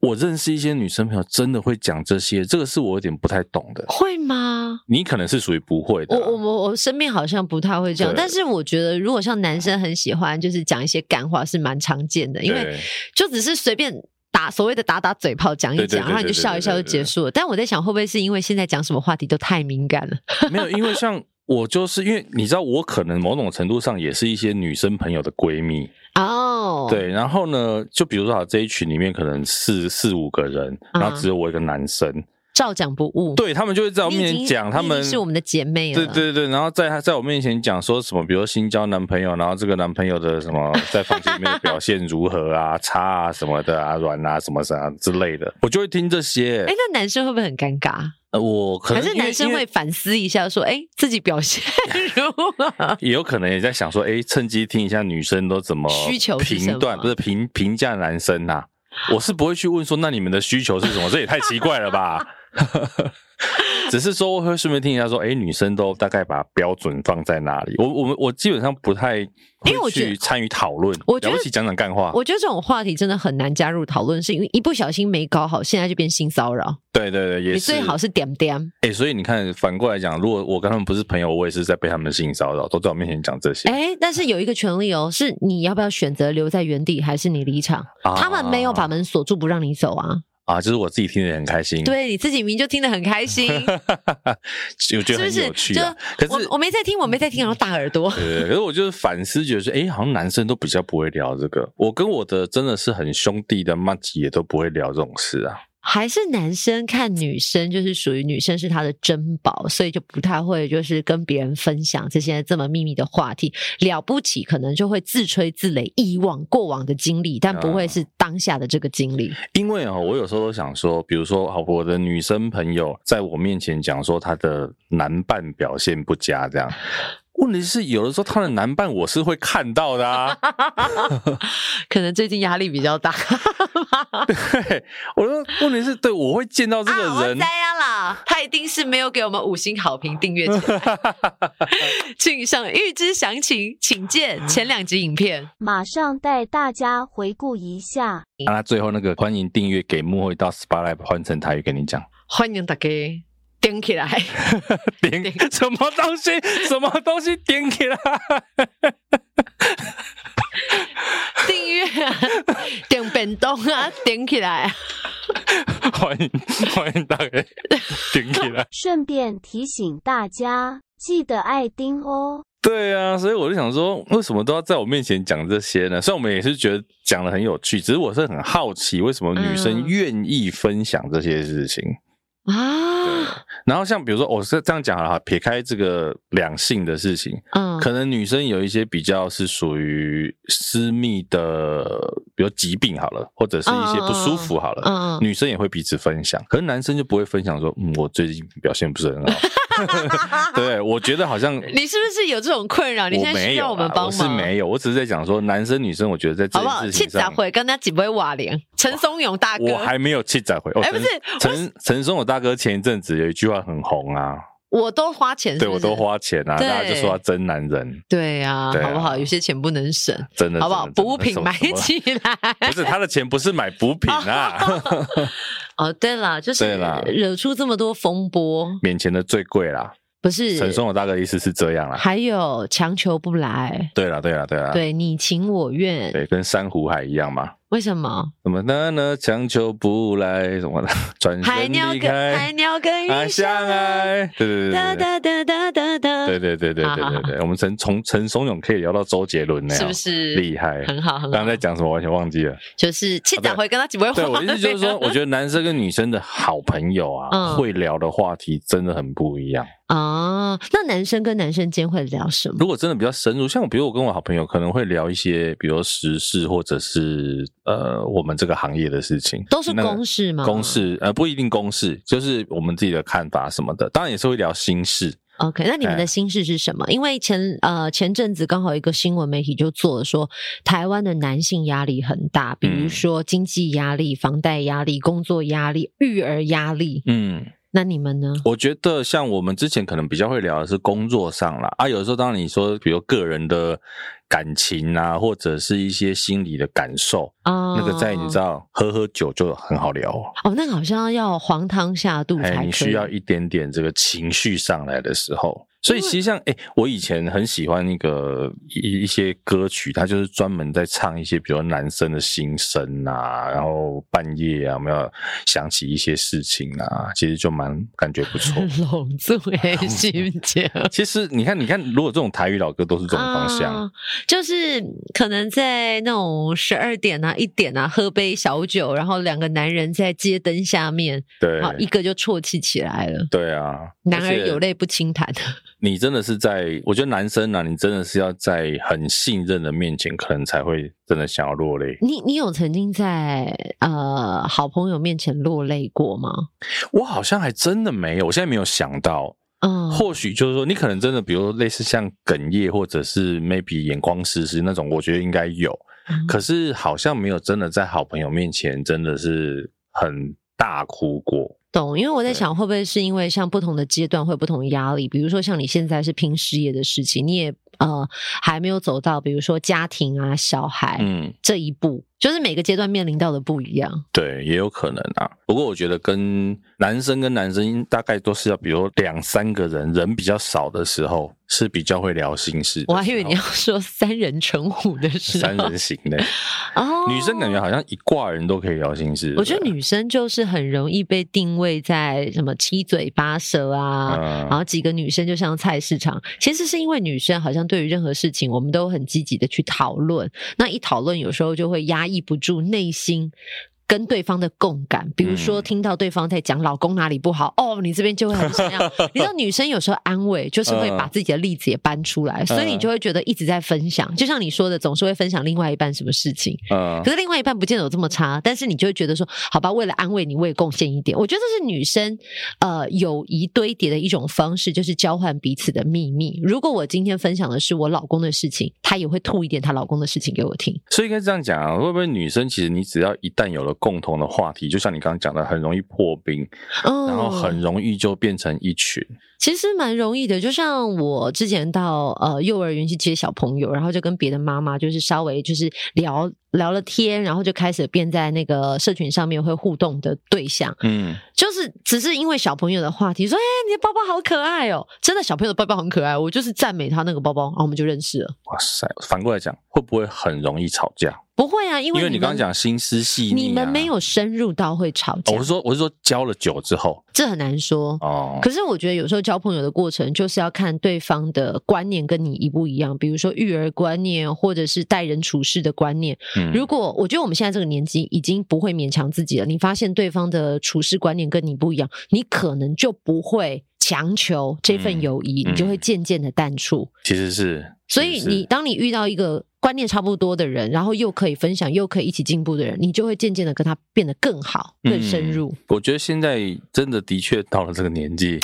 我认识一些女生朋友真的会讲这些，这个是我有点不太懂的。会吗？你可能是属于不会的我啊、我我我身边好像不太会这样，对但是我觉得如果像男生很喜欢，就是讲一些干话是蛮常见的，因为对就只是随便打所谓的打打嘴炮讲一对对讲，对然后你就对对笑一笑就对对结束了。但我在想，会不会是因为现在讲什么话题都太敏感了？没有，因为像我就是因为你知道，我可能某种程度上也是一些女生朋友的闺蜜，哦，，对。然后呢，就比如说啊，这一群里面可能四四五个人，嗯然后只有我一个男生，照讲不误。对他们就会在我你已经，面前讲，他你已经们是我们的姐妹了。对对对，然后在他在我面前讲说什么，比如说新交男朋友，然后这个男朋友的什么在房间里面的表现如何啊，差啊什么的啊，软啊什么啥之类的，我就会听这些。哎，那男生会不会很尴尬？呃我可还能是因为男生因为会反思一下，说：“哎，自己表现如何也有可能也在想说，哎、趁机听一下女生都怎么需求是什么评断，不是评评价男生呐、啊我是不会去问说，那你们的需求是什么？这 也太奇怪了吧！ 只是说我会顺便听一下说，哎、女生都大概把标准放在哪里？我我们我基本上不太因为我会觉得去参与讨论，我觉得了不起讲讲干话？”。 我觉得这种话题真的很难加入讨论，是因为一不小心没搞好，现在就变性骚扰。对对对，也是。你最好是点点。哎、所以你看，反过来讲，如果我跟他们不是朋友，我也是在被他们性骚扰，都在我面前讲这些。哎，但是有一个权利哦，是你要不要选择留在原地，还是你离场？啊他们没有把门锁住，不让你走啊。啊，就是我自己听得也很开心。对，你自己明明就听得很开心， 我觉得很有趣啊。是 可我是我没在听，我没在听，然后大耳朵。对，可是我就是反思，觉得说，哎、好像男生都比较不会聊这个。我跟我的真的是很兄弟的妈吉也都不会聊这种事啊。还是男生看女生，就是属于女生是他的珍宝，所以就不太会就是跟别人分享这些这么秘密的话题。了不起，可能就会自吹自擂以往过往的经历，但不啊会是当下的这个经历。 因为啊、哦，我有时候都想说，比如说，好，我的女生朋友在我面前讲说她的男伴表现不佳，这样。问题是，有的时候她的男伴我是会看到的 啊。可能最近压力比较大，对，我说问题是对，我会见到这啊，我个知人。道啦， 他一定是没有给我们五星好评订阅 起来。请上预知详情，请嗯见前两集影片。马上带大家回顾一下。那、啊、最后那个欢迎订阅给幕后一道 spotlight 换成台语跟你讲，欢迎大家点 起来，点点什么东西，什么东西点起 来，订阅啊，点本东 啊，点起来啊。欢迎欢迎大家点起来。顺便提醒大家，记得爱丁哦。对啊，所以我就想说，为什么都要在我面前讲这些呢？虽然我们也是觉得讲的很有趣，只是我是很好奇，为什么女生嗯愿意分享这些事情？啊，然后像比如说，我、是这样讲好了哈，撇开这个两性的事情，嗯，可能女生有一些比较是属于私密的，比如疾病好了，或者是一些不舒服好了，嗯，女生也会彼此分享，可是男生就不会分享说，嗯，我最近表现不是很好。对，我觉得好 像 你是不是有这种困扰？你我现在没需要有们啦帮我是忙？没有，我只是在讲说男生女生，我觉得在这好不件好？事七情杂上，回跟他几杯瓦脸，陈松勇大哥，我还没有气载回。哦哎不是陈陈陈松勇大哥前一阵子有一句话很红啊，我都花钱是对不我是都，花钱啊，对大家就说他真男人，对呀，对啊好不好？有些钱不能省，真的好不好？真的补真品的买什么什起来。么不是他的钱不是买补品 啊，哦，对啦，就是对啦惹出这么多风波，免钱的最贵啦。不是？陈松勇大哥的意思是这样啦。还有强求不来，对啦，对啦，对啦，对你情我愿，啊对，跟珊瑚海一样嘛。为什么？什么呢呢？强求不来什么的，转海身鸟离跟海开，鸟跟啊鱼相爱，对对对哒对对。哒哒哒哒哒，对对对对对对对，我们陈从陈松勇可以聊到周杰伦呢，是不是厉害？很好很刚好刚，在讲什么，完全忘记了。就是气对长回跟他几杯对话我意思就是说，脸 我觉得男生跟女生的好朋友啊，嗯会聊的话题真的很不一样。哦，那男生跟男生间会聊什么？如果真的比较深入，像我，比如我跟我好朋友可能会聊一些，比如时事或者是呃我们这个行业的事情，都是那个公事吗？公事，呃，不一定公事，就是我们自己的看法什么的。当然也是会聊心事， OK，那你们哎的心事是什么？因为前呃前阵子刚好一个新闻媒体就做了说，台湾的男性压力很大，比如嗯说经济压力、房贷压力、工作压力、育儿压力。嗯，那你们呢？我觉得像我们之前可能比较会聊的是工作上啦，啊，有时候当然你说，比如个人的感情啊，或者是一些心理的感受，啊、那个在你知道喝喝酒就很好聊哦，哦，那个好像要黄汤下肚才可哎，以。你需 要一点点这个情绪上来的时候。所以其实像哎、我以前很喜欢那个一一些歌曲，它就是专门在唱一些，比如男生的心声啊，然后半夜啊，我们要想起一些事情啊，其实就蛮感觉不 错。拢住的心情。其实你看，你看，如果这种台语老歌都是这种方向，啊，就是可能在那种十二点啊、一点啊，喝杯小酒，然后两个男人在街灯下面，对然后一个就啜泣起来了。对啊，男儿有而且泪不轻 弹，你真的是在，我觉得男生啊，你真的是要在很信任的面前，可能才会真的想要落泪。你你有曾经在呃好朋友面前落泪过吗？我好像还真的没有，我现在没有想到，嗯，或许就是说，你可能真的，比如类似像哽咽，或者是 maybe 眼光湿湿那种，我觉得应该有，嗯可是好像没有真的在好朋友面前真的是很大哭过。懂，因为我在想，会不会是因为像不同的阶段会有不同的压力？比如说像你现在是拼事业的事情，你也呃还没有走到，比如说家庭啊、小孩、嗯，这一步，就是每个阶段面临到的不一样。对，也有可能啊。不过我觉得跟男生跟男生大概都是要，比如两三个人，人比较少的时候是比较会聊心事的时我候。还以为你要说三人成虎的时候，三人行的，哦，女生感觉好像一挂人都可以聊心事。我觉得对不对女生就是很容易被定位在什么七嘴八舌啊，嗯然后几个女生就像菜市场。其实是因为女生好像对于任何事情，我们都很积极的去讨论，那一讨论有时候就会压抑不住内心跟对方的共感，比如说嗯听到对方在讲老公哪里不好，哦，你这边就会很 想要。你知道女生有时候安慰就是会嗯把自己的例子也搬出来，所以你就会觉得一直在分享。就像你说的，总是会分享另外一半什么事情，嗯可是另外一半不见得有这么差，但是你就会觉得说，好吧，为了安慰你，我也贡献一点。我觉得这是女生呃友谊堆叠的一种方式，就是交换彼此的秘密。如果我今天分享的是我老公的事情，她也会吐一点她老公的事情给我听。所以应该这样讲啊，会不会女生其实你只要一旦有了共同的话题，就像你刚刚讲的，很容易破冰，嗯，然后很容易就变成一群。其实蛮容易的，就像我之前到呃幼儿园去接小朋友，然后就跟别的妈妈就是稍微就是聊聊了天，然后就开始变在那个社群上面会互动的对象，嗯，就是只是因为小朋友的话题说，哎、你的包包好可爱哦、真的小朋友的包包很可爱，我就是赞美他那个包包，然后我们就认识了。哇塞，反过来讲，会不会很容易吵架？不会啊，因因为为你刚刚们讲心思细腻、啊你们没、有深入到会吵哦架，我是说我是说交了酒之后这很难说。哦，可是我觉得有时候交朋友的过程，就是要看对方的观念跟你一不一样，比如说育儿观念，或者是待人处事的观念。嗯如果我觉得我们现在这个年纪已经不会勉强自己了，你发现对方的处事观念跟你不一样，你可能就不会强求这份嗯友谊，你就会渐渐的淡出。其实是，所以其实是你当你遇到一个观念差不多的人，然后又可以分享，又可以一起进步的人，你就会渐渐的跟他变得更好、更深入。嗯我觉得现在真的的确到了这个年纪，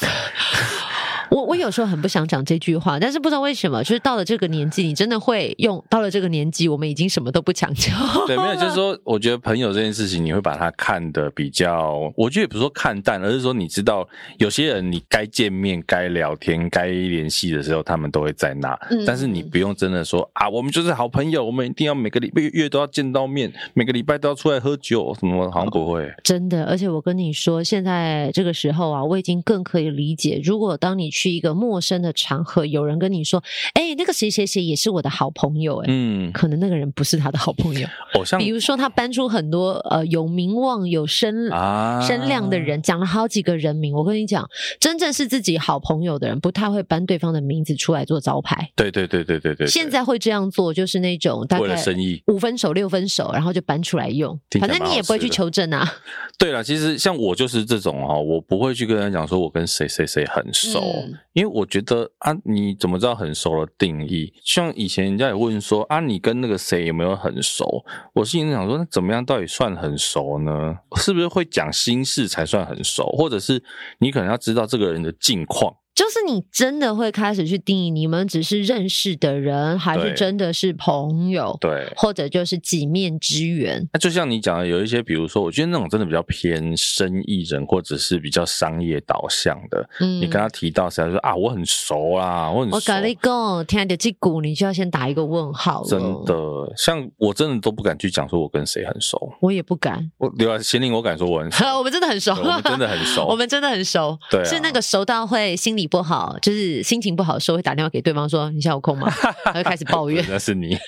我我有时候很不想讲这句话，但是不知道为什么，就是到了这个年纪，你真的会用到了这个年纪，我们已经什么都不强求。 对，没有，就是说，我觉得朋友这件事情，你会把它看得比较，我觉得也不是说看淡，而是说你知道，有些人你该见面、该聊天、该联系的时候，他们都会在那，嗯但是你不用真的说啊，我们就是好朋友，我们一定要每个礼拜月都要见到面，每个礼拜都要出来喝酒，什么好像不会，真的，而且我跟你说，现在这个时候啊，我已经更可以理解，如果当你去一个陌生的场合，有人跟你说：“哎、那个谁谁谁也是我的好朋友、哎、嗯，可能那个人不是他的好朋友。偶像比如说，他搬出很多呃有名望、有声、啊声量的人，讲了好几个人名。我跟你讲，真正是自己好朋友的人，不太会搬对方的名字出来做招牌。对对对对对对，对现在会这样做，就是那种大为了概生意，五分手、六分手，然后就搬出来用。听起反来正你也不会蛮好吃去的求证啊。对了，其实像我就是这种哦，我不会去跟人讲说我跟谁谁谁很熟，嗯因为我觉得啊，你怎么知道很熟的定义？像以前人家也问说啊，你跟那个谁有没有很熟？我心里想说，那怎么样到底算很熟呢？是不是会讲心事才算很熟？或者是你可能要知道这个人的近况？就是你真的会开始去定义，你们只是认识的人，还是对真的是朋友，对，或者就是几面之缘？那就像你讲的，有一些，比如说，我觉得那种真的比较偏生意人，或者是比较商业导向的，嗯你跟他提到谁，他说啊，我很熟啊，我很熟。我跟你讲，听到这股，你就要先打一个问号了。真，的，像我真的都不敢去讲说我跟谁很熟。我也 不敢。，我对啊，贤玲，我敢说我很熟我们真的很熟，对我们 真的很熟我们真的很熟。对啊是那个熟到会心里不好，就是心情不好的时候会打电话给对方说：“你现在有空吗？”他就开始抱 。怨那是你，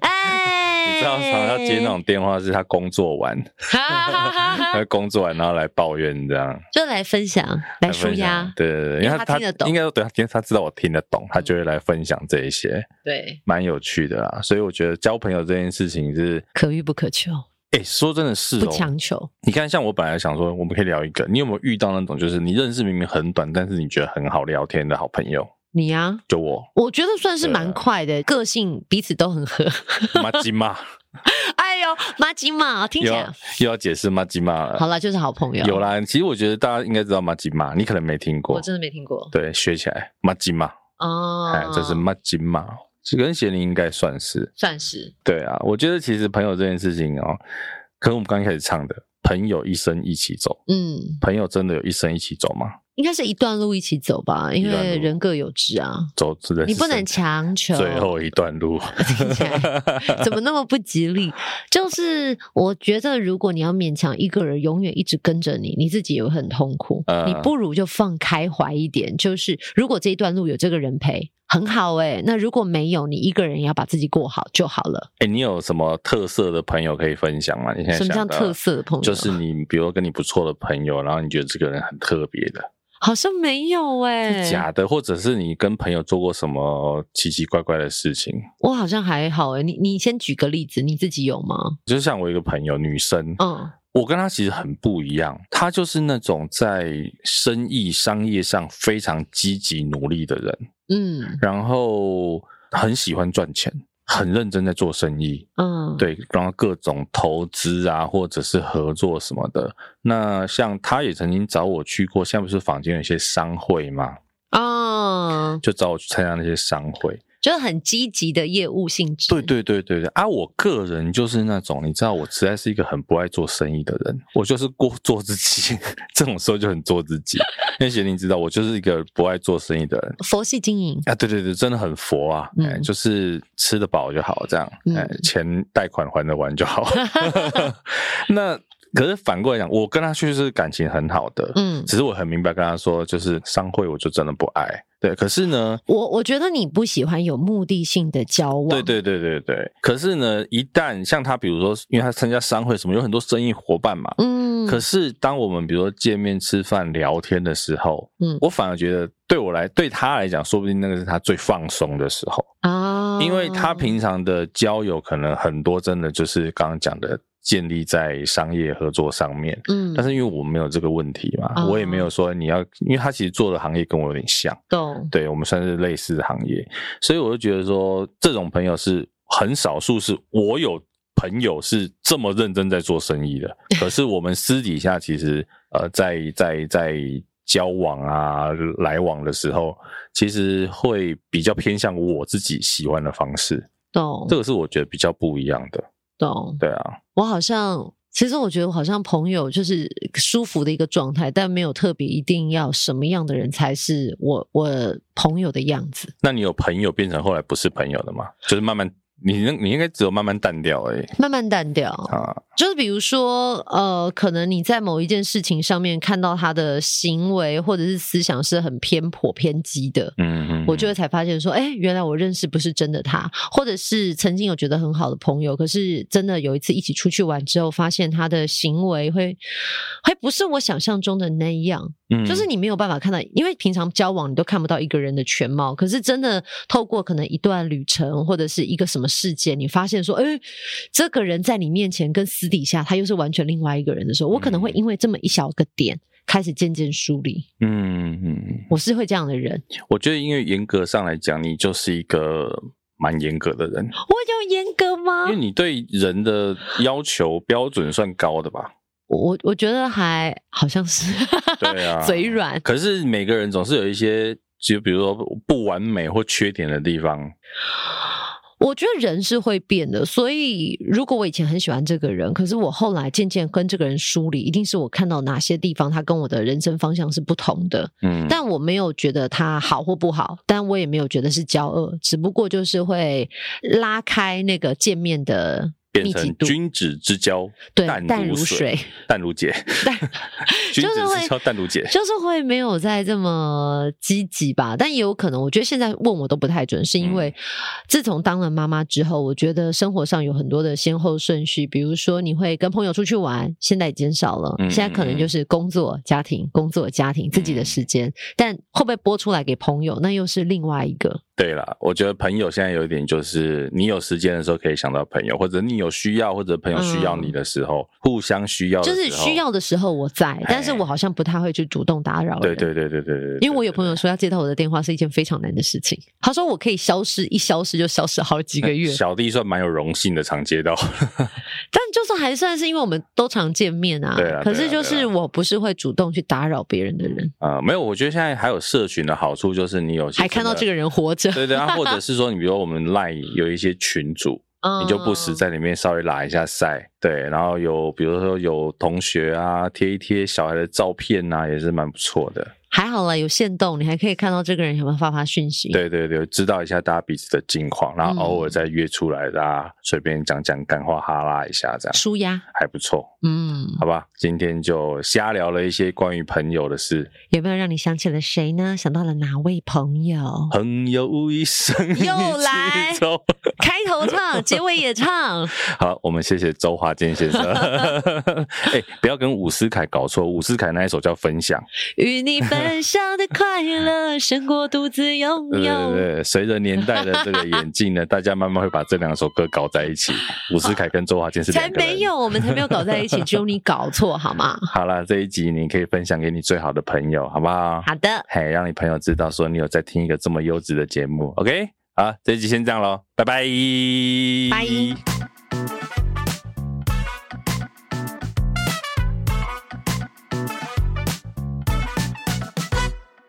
哎， 你知道常常接那种电话是他工作完，哈哈哈哈，他工作完然后来抱怨这样，哎 就啊来分享，来舒分压享。。对对对，因因为为他他听得懂嗯应该说对，因为他知道我听得懂，他就会来分享这一些，对，蛮有趣的啦。所以我觉得交朋友这件事情是，可遇不可求，哎，说真的是不哦，强求。你看，像我本来想说我们可以聊一个，你有没有遇到那种就是你认识明明很短，但是你觉得很好聊天的好朋友？你啊，就我 我觉得算是对啊蛮快的，个性彼此都很合。 马吉玛。哎呦，妈吉玛，听起又来要又要解释马吉玛了。好啦，就是好朋友。啊有，啦，其实我觉得大家应该知道马吉玛，你可能没听过啊我。真的没听过对，学起来马吉玛，哦哎，这是马吉玛，这跟咸宁应该算是。算是对啊，我觉得其实朋友这件事情哦，跟我们刚开始唱的“朋友一生一起走嗯”，，朋友真的有一生一起走吗？应该是一段路一起走吧，因一段为路人各有志啊，走，真的是你不能强求。最后一段路。 哎听起来怎么那么不吉利？就是我觉得，如果你要勉强一个人永远一直跟着你，你自己也会很痛苦。嗯你不如就放开怀一点，就是如果这一段路有这个人陪，很好诶、那如果没有，你一个人也要把自己过好就好了。哎、你有什么特色的朋友可以分享吗？你现在什么叫哎想到特色的朋友就是你，比如说跟你不错的朋友，然后你觉得这个人很特别的。好像没有欸诶、假的，或者是你跟朋友做过什么奇奇怪怪的事情？我欸好像还好诶、你你先举个例子，你自己有吗？就像我一个朋友，女生，嗯，我跟他其实很不一样，他就是那种在生意、商业上非常积极努力的人，嗯然后很喜欢赚钱，很认真在做生意，嗯，，对，然后各种投资啊，或者是合作什么的。那像他也曾经找我去过，现在不是坊间有一些商会嘛，啊，就找我去参加那些商会。就是很积极的业务性质。对对对对对啊！我个人就是那种，你知道，我实在是一个很不爱做生意的人，我就是过做自己， 这种时候就很做自己。因为贤玲知道，我就是一个不爱做生意的人。佛系经营，啊，对对对，真的很佛啊，嗯哎，就是吃得饱就好，这样，嗯哎，钱贷款还得完就 好。 那可是反过来讲，我跟他去是感情很好的，嗯。只是我很明白跟他说，就是商会我就真的不爱，对，可是呢。我我觉得你不喜欢有目的性的交往，对对对对对，可是呢，一旦像他，比如说，因为他参加商会什么，有很多生意伙伴嘛。嗯，可是当我们比如说见面吃饭聊天的时候，嗯我反而觉得对我来对他来讲，说不定那个是他最放松的时候。啊，因为他平常的交友可能很多真的就是刚刚讲的建立在商业合作上面，嗯，但是因为我没有这个问题嘛，哦我也没有说你要，因为他其实做的行业跟我有点像，懂对我们算是类似的行业，所以我就觉得说这种朋友是很少数，是我有朋友是这么认真在做生意 的，可是我们私底下其实呃在在在交往啊来往的时候，其实会比较偏向我自己喜欢的方式，懂这个是我觉得比较不一样的，懂，对啊，我好像。其实我觉得我好像朋友就是舒服的一个状态，但没有特别一定要什么样的人才是我我朋友的样子。那你有朋友变成后来不是朋友的吗？就是慢慢。你那你应该只有慢慢淡掉而已慢慢淡掉，啊，就是比如说，呃，可能你在某一件事情上面看到他的行为或者是思想是很偏颇偏激的，嗯嗯，我就会才发现说，哎、原来我认识不是真的他，或者是曾经有觉得很好的朋友，可是真的有一次一起出去玩之后，发现他的行为会还不是我想象中的那样，嗯就是你没有办法看到，因为平常交往你都看不到一个人的全貌，可是真的透过可能一段旅程或者是一个什么事件，你发现说，哎、这个人在你面前跟私底下他又是完全另外一个人的时候，我可能会因为这么一小个点开始渐渐疏离，嗯嗯嗯，我是会这样的人，我觉得，因为严格上来讲，你就是一个蛮严格的人，我有严格吗？因为你对人的要求标准算高的吧？我我我觉得还好像是，对啊 嘴软。可是每个人总是有一些，就比如说不完美或缺点的地方。我觉得人是会变的，所以如果我以前很喜欢这个人，可是我后来渐渐跟这个人疏离，一定是我看到哪些地方他跟我的人生方向是不同的。嗯，但我没有觉得他好或不好，但我也没有觉得是骄傲，只不过就是会拉开那个见面的变密集成度。君子之交，对淡淡如水水，淡如 姐，君就是子会之交淡如姐。就是会没有在这么积极吧，但也有可能，我觉得现在问我都不太准，是因为嗯自从当了妈妈之后，我觉得生活上有很多的先后顺序，比如说你会跟朋友出去玩，现在也减少了，嗯现在可能就是工作、家庭、工作、家庭自己的时间，但会不会播出来给朋友，那又是另外一个。对啦，我觉得朋友现在有一点就是，你有时间的时候可以想到朋友，或者你有需要，或者朋友需要你的时候，互相需要的嗯就时候，哎是需要的时候我在，但是我好像不太会去主动打扰对。人。对对对对对对对，因为我有朋友说要接到我的电话是一件非常难的事情，他说我可以消失，一消失就消失好几个 月。小弟算蛮有荣幸的，常接到。 但就是还算是因为我们都常见面啊，对啊可是对啊就是对啊我不是会主动去打扰别人的人，呃，没有，我觉得现在还有社群的好处就是你有些还看到这个人，人活着， 对对啊，或者是说你比如说我们赖有一些群 组，嗯你就不时在里面稍微拉一下晒，对，然后有比如说有同学啊贴一贴小孩的照片啊，也是蛮不错的。还好啦，有限动，你还可以看到这个人有没有发发讯息。对对对，知道一下大家彼此的近况，然嗯后偶尔再约出来，大家随便讲讲干话哈拉一下，这样舒压，还不错，嗯，好吧？今天就瞎聊了一些关于朋友的事。有没有让你想起了谁呢？想到了哪位 朋友？朋友一生又来一起走。开头唱，结尾也唱， 好，我们谢谢周华健 先生。哎、不要跟伍思凯搞错，伍思凯那一首叫《分享》。与你分晚上的快乐胜过独自拥对 对有。对，随着年代的这个演进呢，大家慢慢会把这两首歌搞在一起。伍思凯跟周华健是哦才两个人。没有，我们才没有搞在一起，只有你搞错 好吗？好啦，这一集你可以分享给你最好的朋友，好不好？好的，嘿，让你朋友知道说你有在听一个这么优质的节目。OK，好，这一集先这样喽，拜拜，拜。